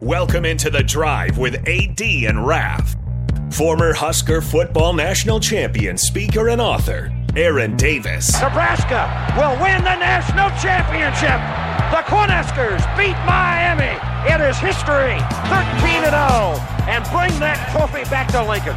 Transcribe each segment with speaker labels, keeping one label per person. Speaker 1: Welcome into the drive with AD and Raf. Former Husker football national champion, speaker, and author, Aaron Davis.
Speaker 2: Nebraska will win the national championship. The Cornhuskers beat Miami. It is history 13 0 and bring that trophy back to Lincoln.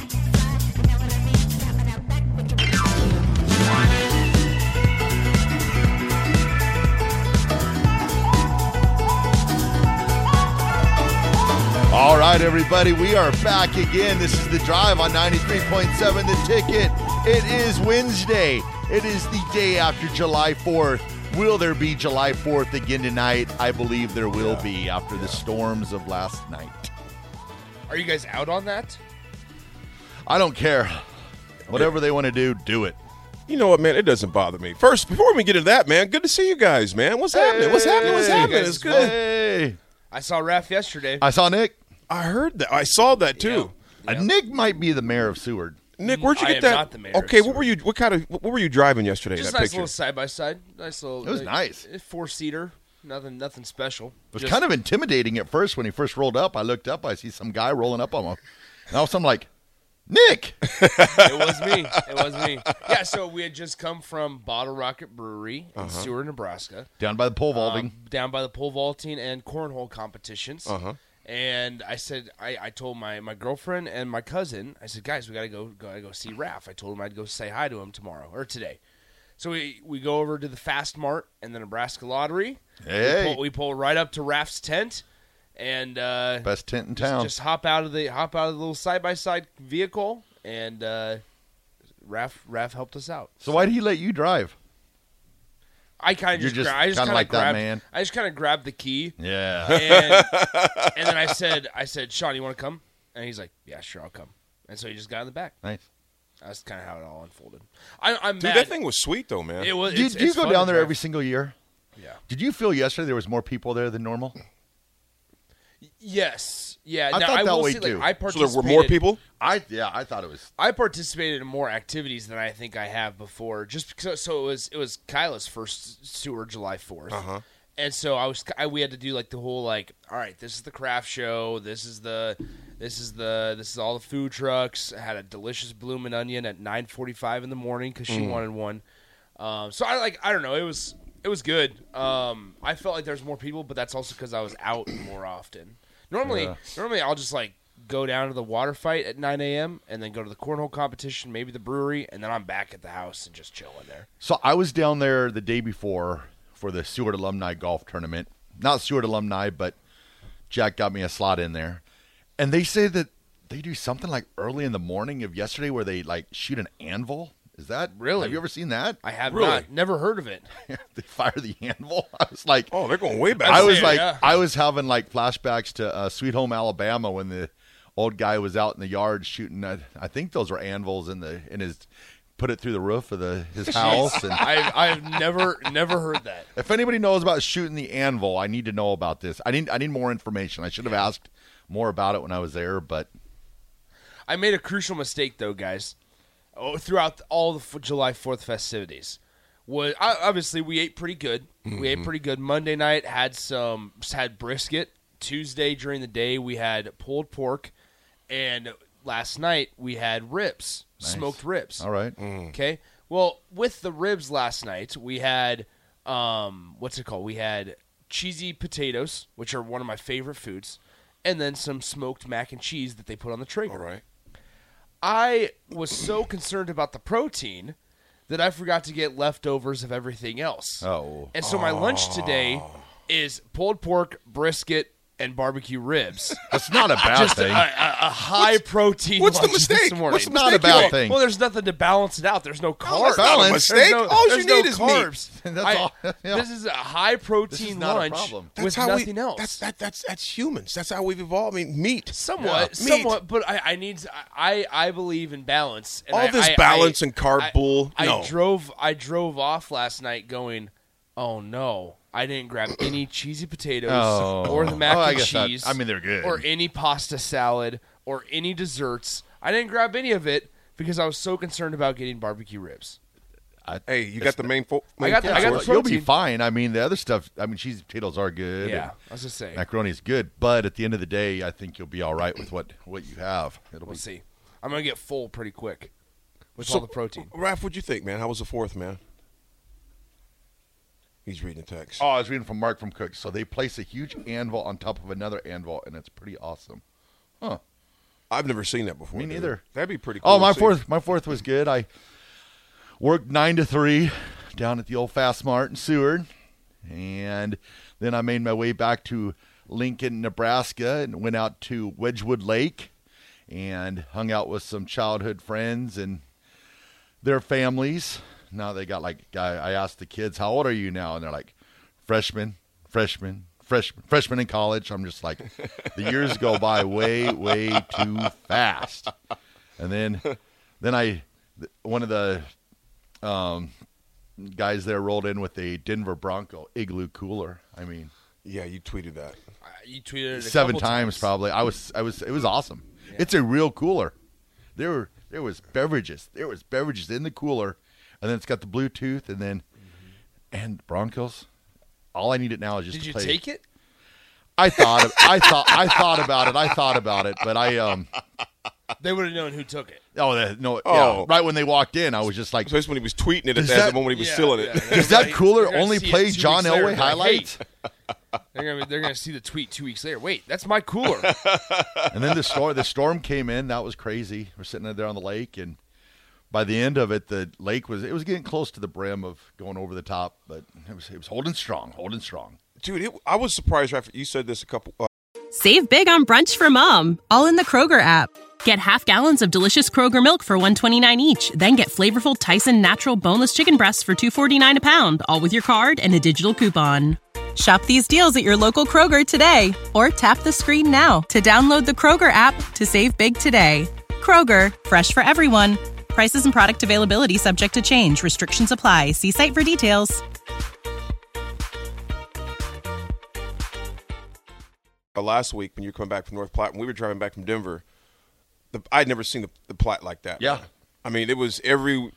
Speaker 3: All right, everybody, we are back again. This is the drive on 93.7 The Ticket. It is Wednesday. It is the day after July 4th. Will there be July 4th again tonight? I believe there will be after the storms of last night.
Speaker 4: Are you guys out on that?
Speaker 3: I don't care. Whatever they want to do, do it.
Speaker 5: You know what, man? It doesn't bother me. First, before we get into that, man, good to see you guys, man. What's happening? What's happening? What's
Speaker 3: Hey,
Speaker 5: happening? It's good.
Speaker 3: Hey.
Speaker 4: I saw Raph yesterday.
Speaker 3: I saw Nick.
Speaker 5: I heard that. I saw that too.
Speaker 3: Uh, Nick might be the mayor of Seward.
Speaker 5: Nick, where'd you
Speaker 4: I
Speaker 5: get
Speaker 4: am
Speaker 5: that?
Speaker 4: not the mayor of
Speaker 5: okay, what
Speaker 4: Seward.
Speaker 5: were you? What kind of? What were you driving yesterday?
Speaker 4: Just a
Speaker 5: that
Speaker 4: nice
Speaker 5: picture.
Speaker 4: little side by side. Nice little.
Speaker 3: It was nice.
Speaker 4: Four seater. Nothing. Nothing special.
Speaker 3: It was
Speaker 4: Just-
Speaker 3: kind of intimidating at first when he first rolled up. I looked up, I see some guy rolling up on him. And all of a sudden, I'm like, Nick!
Speaker 4: It was me. It was me. Yeah. So we had just come from Bottle Rocket Brewery
Speaker 3: Uh-huh.
Speaker 4: in Seward, Nebraska.
Speaker 3: Down by the pole vaulting.
Speaker 4: um, down by the pole vaulting and cornhole competitions.
Speaker 3: Uh-huh.
Speaker 4: And I said, I, I told my, my girlfriend and my cousin, I said, guys, we gotta go, gotta go see Raph. I told him I'd go say hi to him tomorrow or today. So we, we go over to the Fast Mart and the Nebraska Lottery.
Speaker 3: Hey.
Speaker 4: we pull, we pull right up to Raph's tent, and uh,
Speaker 3: Best tent in
Speaker 4: just,
Speaker 3: town.
Speaker 4: just hop out of the hop out of the little side by side vehicle, and uh, Raph Raph helped us out.
Speaker 3: so why did he let you drive?
Speaker 4: I kind of
Speaker 3: You're
Speaker 4: just,
Speaker 3: just
Speaker 4: gra- I just
Speaker 3: kinda
Speaker 4: kind of
Speaker 3: like that,
Speaker 4: grabbed,
Speaker 3: man.
Speaker 4: I just kind of grabbed the key.
Speaker 3: Yeah.
Speaker 4: and, and then I said, I said, Sean, you want to come? And he's like, Yeah, sure, I'll come. And so he just got in the back.
Speaker 3: nice.
Speaker 4: That's kind of how it all unfolded. I, I'm
Speaker 5: Dude,
Speaker 4: mad.
Speaker 5: that thing was sweet though, man.
Speaker 4: It was.
Speaker 3: Do you,
Speaker 4: it's-
Speaker 3: do you
Speaker 4: it's
Speaker 3: go
Speaker 4: fun
Speaker 3: down
Speaker 4: to
Speaker 3: there
Speaker 4: drive.
Speaker 3: every single year?
Speaker 4: Yeah.
Speaker 3: Did you feel yesterday there was more people there than normal?
Speaker 4: Yes. Yeah.
Speaker 3: I
Speaker 4: now,
Speaker 3: thought
Speaker 4: I
Speaker 3: that
Speaker 4: will
Speaker 3: way
Speaker 4: say, like,
Speaker 3: too.
Speaker 5: so
Speaker 4: I
Speaker 5: there
Speaker 4: participated.
Speaker 5: were more people.
Speaker 3: I yeah, I thought it was.
Speaker 4: I participated in more activities than I think I have before. Just because, so it was it was Kyla's first sewer July 4th and so I was I, we had to do like the whole like all right, this is the craft show, this is the this is the this is all the food trucks. I had a delicious bloomin' onion at nine forty five in the morning because she wanted one. Um, so I like I don't know, it was it was good. Um, I felt like there's more people, but that's also because I was out more often. Normally, normally I'll just like go down to the water fight at 9 a.m. and then go to the cornhole competition, maybe the brewery, and then I'm back at the house and just chilling there.
Speaker 3: So I was down there the day before for the Seward alumni golf tournament. Not Seward alumni, but Jack got me a slot in there, and they say that they do something like early in the morning of yesterday where they like shoot an anvil. Is that
Speaker 4: Really?
Speaker 3: Have you ever seen that?
Speaker 4: I have
Speaker 5: Really?
Speaker 4: not never heard of it.
Speaker 3: they fire the anvil. I was like,
Speaker 5: Oh, they're going way back.
Speaker 3: I was
Speaker 4: it,
Speaker 3: like,
Speaker 4: yeah.
Speaker 3: I was having like flashbacks to uh, Sweet Home Alabama when the old guy was out in the yard shooting. Uh, I think those were anvils in the in his put it through the roof of the his house. And
Speaker 4: I've, I've never never heard that.
Speaker 3: if anybody knows about shooting the anvil, I need to know about this. I need I need more information. I should have asked more about it when I was there, but
Speaker 4: I made a crucial mistake though, guys. Oh, throughout the- all the f- July Fourth festivities, was I, obviously we ate pretty good. We ate pretty good. Monday night had some had brisket. Tuesday during the day we had pulled pork, and last night we had ribs, smoked ribs. Mm.
Speaker 3: All right.
Speaker 4: Okay. Well, with the ribs last night, we had um what's it called? We had cheesy potatoes, which are one of my favorite foods, and then some smoked mac and cheese that they put on the trigger.
Speaker 5: All right.
Speaker 4: I was so concerned about the protein that I forgot to get leftovers of everything else.
Speaker 3: Oh.
Speaker 4: And so my lunch today is pulled pork, brisket, and barbecue ribs.
Speaker 3: That's not a bad
Speaker 4: Just a,
Speaker 3: thing.
Speaker 4: a, a high protein.
Speaker 5: what's the
Speaker 4: lunch This
Speaker 5: mistake?
Speaker 4: morning.
Speaker 5: What's the
Speaker 3: Not a
Speaker 5: mistake
Speaker 3: bad
Speaker 5: you all-
Speaker 3: thing.
Speaker 4: Well, there's nothing to balance it out. There's no
Speaker 3: that's
Speaker 4: carbs.
Speaker 3: not a Balance.
Speaker 4: There's
Speaker 5: mistake. All you
Speaker 4: there's no
Speaker 5: need is meat.
Speaker 4: carbs.
Speaker 3: That's
Speaker 4: I-
Speaker 3: all- yeah.
Speaker 4: This is a high protein
Speaker 3: This is not a
Speaker 4: lunch
Speaker 3: problem.
Speaker 4: with
Speaker 5: how
Speaker 4: nothing
Speaker 5: we,
Speaker 4: else.
Speaker 5: That's that, that's that's humans. That's how we've evolved. I mean, meat.
Speaker 4: somewhat,
Speaker 5: Yeah. Meat.
Speaker 4: somewhat. But I, I need. I I believe in balance. And
Speaker 5: All
Speaker 4: I-
Speaker 5: this
Speaker 4: I-
Speaker 5: balance
Speaker 4: I-
Speaker 5: and carb
Speaker 4: I-
Speaker 5: bull,
Speaker 4: I
Speaker 5: no.
Speaker 4: drove. I drove off last night going. Oh no. I didn't grab any cheesy potatoes
Speaker 3: Oh.
Speaker 4: or the mac
Speaker 3: Oh, I
Speaker 4: and
Speaker 3: guess that-
Speaker 4: cheese.
Speaker 3: I mean, they're good.
Speaker 4: Or any pasta salad or any desserts. I didn't grab any of it because I was so concerned about getting barbecue ribs.
Speaker 5: Hey, you got the main. Fo-
Speaker 4: I got the- I got
Speaker 3: Well,
Speaker 4: the
Speaker 3: you'll be
Speaker 4: protein.
Speaker 3: fine. I mean, the other stuff. I mean, cheese and potatoes are good.
Speaker 4: Yeah,
Speaker 3: and
Speaker 4: I was just saying.
Speaker 3: macaroni is good, but at the end of the day, I think you'll be all right with what what you have. It'll
Speaker 4: We'll
Speaker 3: be
Speaker 4: see. I'm gonna get full pretty quick with
Speaker 5: So-
Speaker 4: all the protein.
Speaker 5: Raph, what'd you think, man? How was the fourth, man? He's reading the text.
Speaker 3: Oh, I was reading from Mark from Cook. So they place a huge anvil on top of another anvil, and it's pretty awesome.
Speaker 5: I've never seen that before.
Speaker 3: Me
Speaker 5: dude.
Speaker 3: neither.
Speaker 5: That'd be pretty. cool
Speaker 3: Oh,
Speaker 5: to
Speaker 3: my
Speaker 5: see.
Speaker 3: fourth, my fourth was good. I worked nine to three down at the old Fast Mart in Seward, and then I made my way back to Lincoln, Nebraska, and went out to Wedgewood Lake, and hung out with some childhood friends and their families. Now they got like I, I asked the kids, "How old are you now?" And they're like, "Freshman, freshman, freshman, freshman in college." I'm just like, the years go by way, way too fast. And then, then I, th- one of the um, guys there rolled in with a Denver Bronco igloo cooler. I mean,
Speaker 5: Yeah, you tweeted that.
Speaker 4: Uh, You tweeted it a
Speaker 3: seven
Speaker 4: couple
Speaker 3: times, probably. I was, I was, it was awesome. It's a real cooler. There were, there was beverages, there was beverages in the cooler, and then it's got the Bluetooth, and then, and Broncos. All I need it now is just.
Speaker 4: Mm-hmm. Did
Speaker 3: to play.
Speaker 4: you take it?
Speaker 3: I thought, of- I thought, I thought about it. I thought about it, but I um.
Speaker 4: They would have known who took it.
Speaker 3: Oh the- no! Yeah,
Speaker 5: Oh.
Speaker 3: right when they walked in, I was just like,
Speaker 5: So that's when he was tweeting it at
Speaker 3: Does
Speaker 5: that,
Speaker 3: that-
Speaker 5: the moment he was
Speaker 4: Yeah,
Speaker 5: stealing
Speaker 4: yeah,
Speaker 5: it.
Speaker 4: yeah.
Speaker 3: Does that
Speaker 4: Right.
Speaker 3: cooler
Speaker 4: They're gonna
Speaker 3: only
Speaker 4: see it
Speaker 3: play
Speaker 4: two
Speaker 3: John
Speaker 4: weeks later,
Speaker 3: Elway
Speaker 4: they're like,
Speaker 3: highlights?
Speaker 4: "Hey." They're gonna be- they're gonna see the tweet two weeks later. Wait, that's my cooler.
Speaker 3: and then the storm, the storm came in. That was crazy. We're sitting out there on the lake, and by the end of it, the lake was it was getting close to the brim of going over the top, but it was it was holding strong, holding strong.
Speaker 5: Dude, it, I was surprised, Raph. You said this a couple. Uh,
Speaker 6: Save big on brunch for mom, all in the Kroger app. Get half gallons of delicious Kroger milk for 129 each, then get flavorful Tyson natural boneless chicken breasts for 249 a pound, all with your card and a digital coupon. Shop these deals at your local Kroger today or tap the screen now to download the Kroger app to save big today. Kroger, fresh for everyone. Prices and product availability subject to change. Restrictions apply. See site for details.
Speaker 5: uh, last week when you were coming back from North Platte, when we were driving back from Denver, the, I'd never seen the, the Platte like that.
Speaker 3: Yeah.
Speaker 5: man. I mean, it was every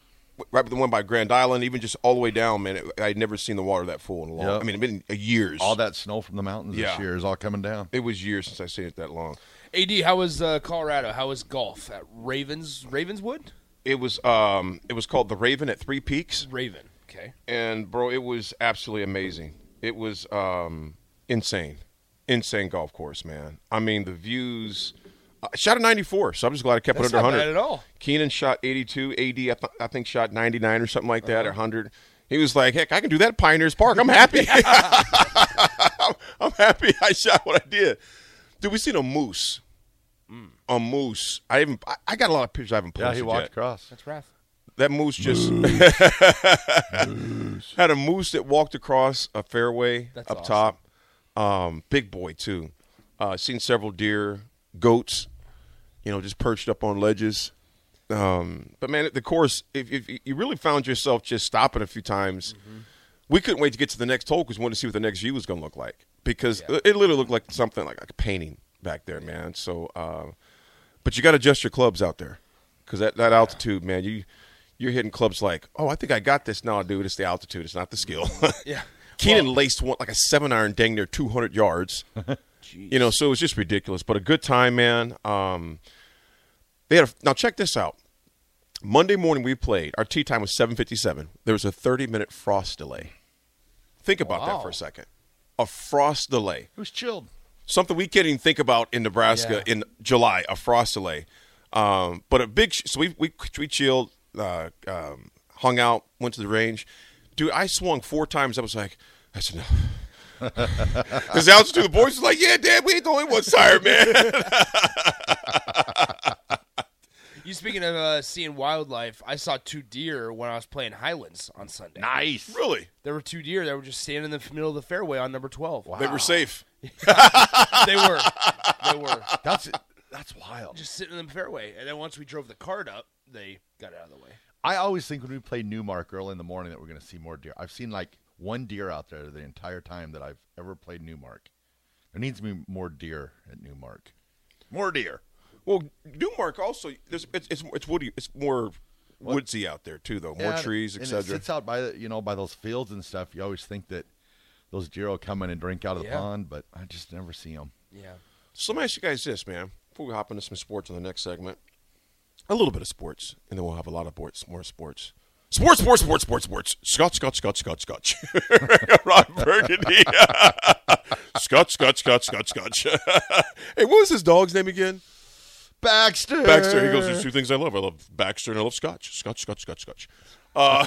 Speaker 5: right, the one by Grand Island, even just all the way down, man. It, I'd never seen the water that full in a long.
Speaker 3: Yeah.
Speaker 5: I mean, it'd been years.
Speaker 3: All that snow from the mountains this
Speaker 5: Yeah.
Speaker 3: year is all coming down.
Speaker 5: It was years since I seen it that long.
Speaker 4: Ad, how was uh, Colorado? How was golf at Ravens Ravenswood?
Speaker 5: It was um, it was called the Raven at Three Peaks,
Speaker 4: Raven. Okay.
Speaker 5: and bro, it was absolutely amazing. It was um, insane, insane golf course, man. I mean, the views. I shot a 94, so I'm just glad I kept
Speaker 4: That's
Speaker 5: it under
Speaker 4: not
Speaker 5: 100.
Speaker 4: bad at all.
Speaker 5: Keenan shot 82, AD I, th- I think shot 99 or something like that,
Speaker 4: Uh-huh.
Speaker 5: or 100. He was like, "Heck, I can do that at Pioneers Park. I'm happy. I'm, I'm happy. I shot what I did." Dude, we seen a moose.
Speaker 4: Mm.
Speaker 5: A moose. I even I, I got a lot of pictures I haven't posted
Speaker 3: Yeah, he walked
Speaker 5: yet.
Speaker 3: across.
Speaker 4: That's rough.
Speaker 5: That moose just had a moose that walked across a fairway
Speaker 4: That's
Speaker 5: up
Speaker 4: awesome.
Speaker 5: top. Um, big boy too. Uh, seen several deer, goats, you know, just perched up on ledges. Um, but man, the course, if, if you really found yourself just stopping a few times,
Speaker 4: Mm-hmm.
Speaker 5: we couldn't wait to get to the next hole because we wanted to see what the next view was going to look like because it literally looked like something like, a painting back there, man. So. Uh, But you got to adjust your clubs out there because that, that altitude, man, you you're hitting clubs like, oh, I think I got this. No, dude, it's the altitude. It's not the skill.
Speaker 4: Yeah.
Speaker 5: Keenan laced one like a seven iron dang near 200 yards. you know, so it was just ridiculous. But a good time, man. Um, they had a, now check this out. Monday morning we played. Our tea time was 7:57. There was a 30 minute frost delay. Think about that for a second. A frost delay
Speaker 3: Who's chilled?
Speaker 5: something we can't even think about in Nebraska in July, a frost delay. Um, but a big, sh- so we, we, we chilled, uh, um, hung out, went to the range. Dude, I swung four times. I was like, that's enough. Because the altitude, the boys was like, yeah, Dad, we ain't the only ones tired, man.
Speaker 4: You speaking of uh, seeing wildlife, I saw two deer when I was playing Highlands on Sunday.
Speaker 3: Nice.
Speaker 5: really?
Speaker 4: There were two deer that were just standing in the middle of the fairway on number twelve.
Speaker 5: They were safe.
Speaker 4: they were, they were
Speaker 3: That's that's wild.
Speaker 4: just sitting in the fairway. And then once we drove the cart up, they got out of the way.
Speaker 7: I always think when we play Newmark early in the morning that we're going to see more deer. I've seen like one deer out there the entire time that I've ever played Newmark. There needs to be more deer at Newmark.
Speaker 3: More deer.
Speaker 5: Well, Newmark also, there's, it's, it's, it's woody, it's more woodsy out there too, though. More
Speaker 7: Yeah,
Speaker 5: trees,
Speaker 7: and
Speaker 5: etc.
Speaker 7: It sits out by the, you know by those fields and stuff. You always think that those deer will come in and drink out of the
Speaker 4: Yeah.
Speaker 7: pond, but I just never see them.
Speaker 4: Yeah.
Speaker 5: So let me ask you guys this, man. Before we hop into some sports on the next segment, a little bit of sports, and then we'll have a lot of sports, more sports. Sports, sports, sports, sports, sports. Scotch, Scotch, Scotch, Scotch, Scotch. Ron Burgundy. Scotch, Scotch, Scotch, Scotch, Scotch. hey, what was his dog's name again?
Speaker 7: Baxter.
Speaker 5: Baxter. He goes, There's two things I love. I love Baxter and I love Scotch. Scotch, Scotch, Scotch, Scotch. Uh,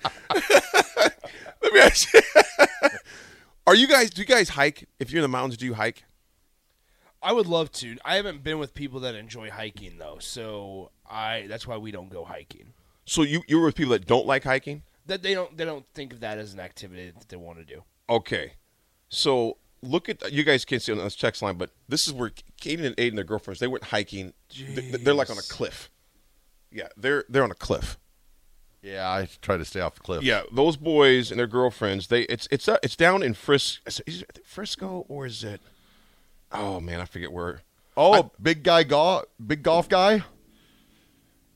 Speaker 5: let me ask you. Are you guys, do you guys hike? If you're in the mountains, do you hike?
Speaker 4: I would love to. I haven't been with people that enjoy hiking though, so I that's why we don't go hiking.
Speaker 5: So you you were with people that don't like hiking.
Speaker 4: That they don't they don't think of that as an activity that they want to do.
Speaker 5: Okay, so look at you guys can't see on this text line, but this is where Kaden and Aiden, their girlfriends, they went hiking. Th- They're like on a cliff. Yeah, they're they're on a cliff.
Speaker 7: Yeah, I try to stay off the cliff.
Speaker 5: Yeah, those boys and their girlfriends. They it's it's uh, it's down in Fris- is it Frisco or is it? Oh man, I forget where.
Speaker 7: Oh, big guy, go- big golf guy.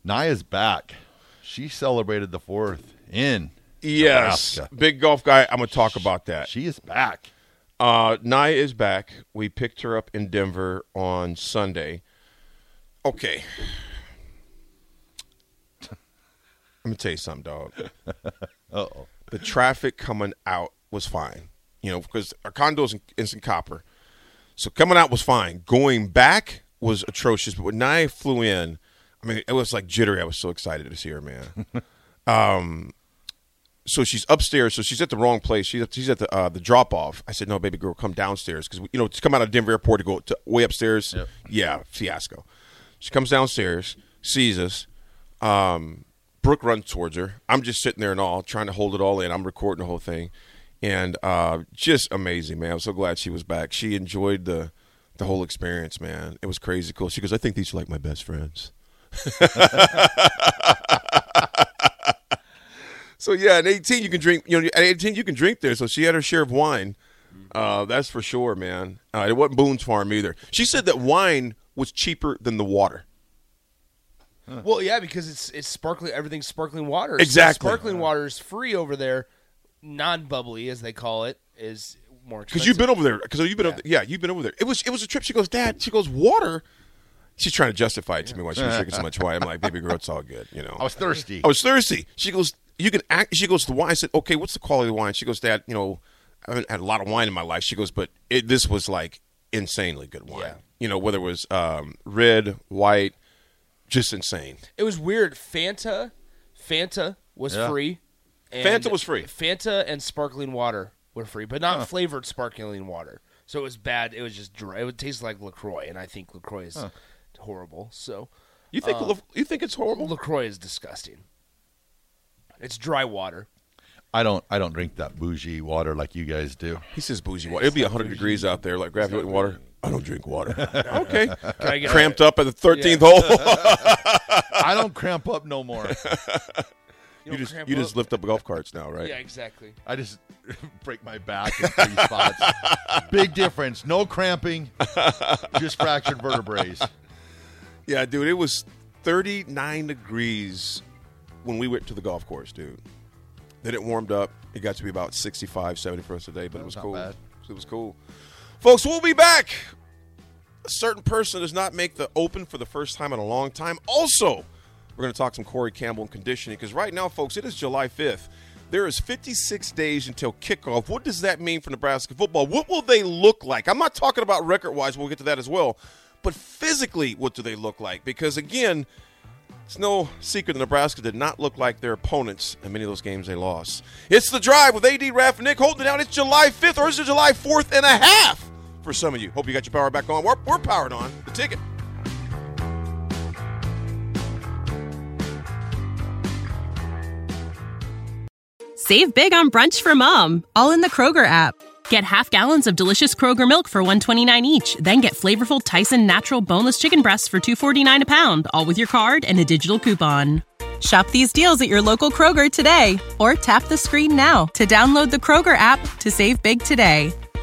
Speaker 7: Naya's back. She celebrated the fourth in.
Speaker 5: Yes,
Speaker 7: Nebraska.
Speaker 5: big golf guy. I'm gonna talk about that.
Speaker 7: She is back.
Speaker 5: Uh, Nia is back. We picked her up in Denver on Sunday. Okay. Let me tell you something, dog.
Speaker 7: Uh-oh.
Speaker 5: The traffic coming out was fine. You know, because our condo's in, in St. Copper. So coming out was fine. Going back was atrocious. But when Nia flew in, I mean, it was like jittery. I was so excited to see her, man. um, so she's upstairs. So she's at the wrong place. She's at, she's at the uh, the drop off. I said, no, baby girl, come downstairs because you know to come out of Denver Airport to go to, way upstairs. Yeah, fiasco. She comes downstairs, sees us. Um, Brooke runs towards her. I'm just sitting there and all trying to hold it all in. I'm recording the whole thing, and uh, just amazing, man. I'm so glad she was back. She enjoyed the the whole experience, man. It was crazy cool. She goes, I think these are like my best friends. So yeah, at 18 you can drink. You know, at 18 you can drink there. So she had her share of wine. Uh, that's for sure, man. Uh, it wasn't Boone's Farm either. She said that wine was cheaper than the water.
Speaker 4: Well, yeah, because it's it's sparkling everything's sparkling water. So
Speaker 5: Exactly.
Speaker 4: sparkling water is free over there. Non bubbly as they call it is more
Speaker 5: Because
Speaker 4: expensive.
Speaker 5: you've been over there. Because you've been over. Yeah, you've been over there. It was it was a trip. She goes, Dad. She goes, water. She's trying to justify it to me why she was drinking so much wine. I'm like, baby girl, it's all good. You know.
Speaker 7: I was thirsty.
Speaker 5: I
Speaker 4: Oh,
Speaker 5: was thirsty. She goes, you can act. She goes, the wine. I said, okay, what's the quality of the wine? She goes, Dad, you know, I haven't had a lot of wine in my life. She goes, but it, this was like insanely good wine.
Speaker 4: Yeah.
Speaker 5: You know, whether it was um, red, white, just insane.
Speaker 4: It was weird. Fanta, Fanta was free. and-
Speaker 5: Fanta was free.
Speaker 4: Fanta and sparkling water were free, but not flavored sparkling water. So it was bad. It was just dry. It would taste like Lacroix, and I think Lacroix is horrible. So
Speaker 5: You think you think it's horrible?
Speaker 4: Lacroix is disgusting. It's dry water.
Speaker 7: I don't. I don't drink that bougie water like you guys do.
Speaker 5: He says bougie water. It'll be 100 degrees out there, like graphite water. I don't drink water. okay.
Speaker 4: Can I get a-
Speaker 5: Cramped up at the 13th hole.
Speaker 7: I don't cramp up no more.
Speaker 5: you
Speaker 4: don't
Speaker 5: just
Speaker 4: cramp
Speaker 5: you
Speaker 4: up.
Speaker 5: just lift up golf carts now, right?
Speaker 4: Yeah, exactly.
Speaker 7: I just break my back in three spots. Big difference. No cramping. Just fractured vertebrae.
Speaker 5: Yeah, dude, it was 39 degrees when we went to the golf course, dude. Then it warmed up. It got to be about 65, 70 for us today, but it was
Speaker 3: not
Speaker 5: cool.
Speaker 3: bad.
Speaker 5: It was cool. Folks, we'll be back. A certain person does not make the open for the first time in a long time. Also, we're going to talk some Corey Campbell and conditioning because right now, folks, it is July 5th. There is 56 days until kickoff. What does that mean for Nebraska football? What will they look like? I'm not talking about record wise, we'll get to that as well. But physically, what do they look like? Because again, it's no secret that Nebraska did not look like their opponents in many of those games they lost. It's the drive with AD Raff and Nick holding it down. It's July 5th, or is it July 4th and a half for some of you? Hope you got your power back on. We're, we're powered on. The ticket.
Speaker 4: Save big on brunch for mom, all in the Kroger app. Get half gallons of delicious Kroger milk for 129 each, then get flavorful Tyson natural boneless chicken breasts for 249 a pound, all with your card and a digital coupon. Shop these deals at your local Kroger today or tap the screen now to download the Kroger app to save big today.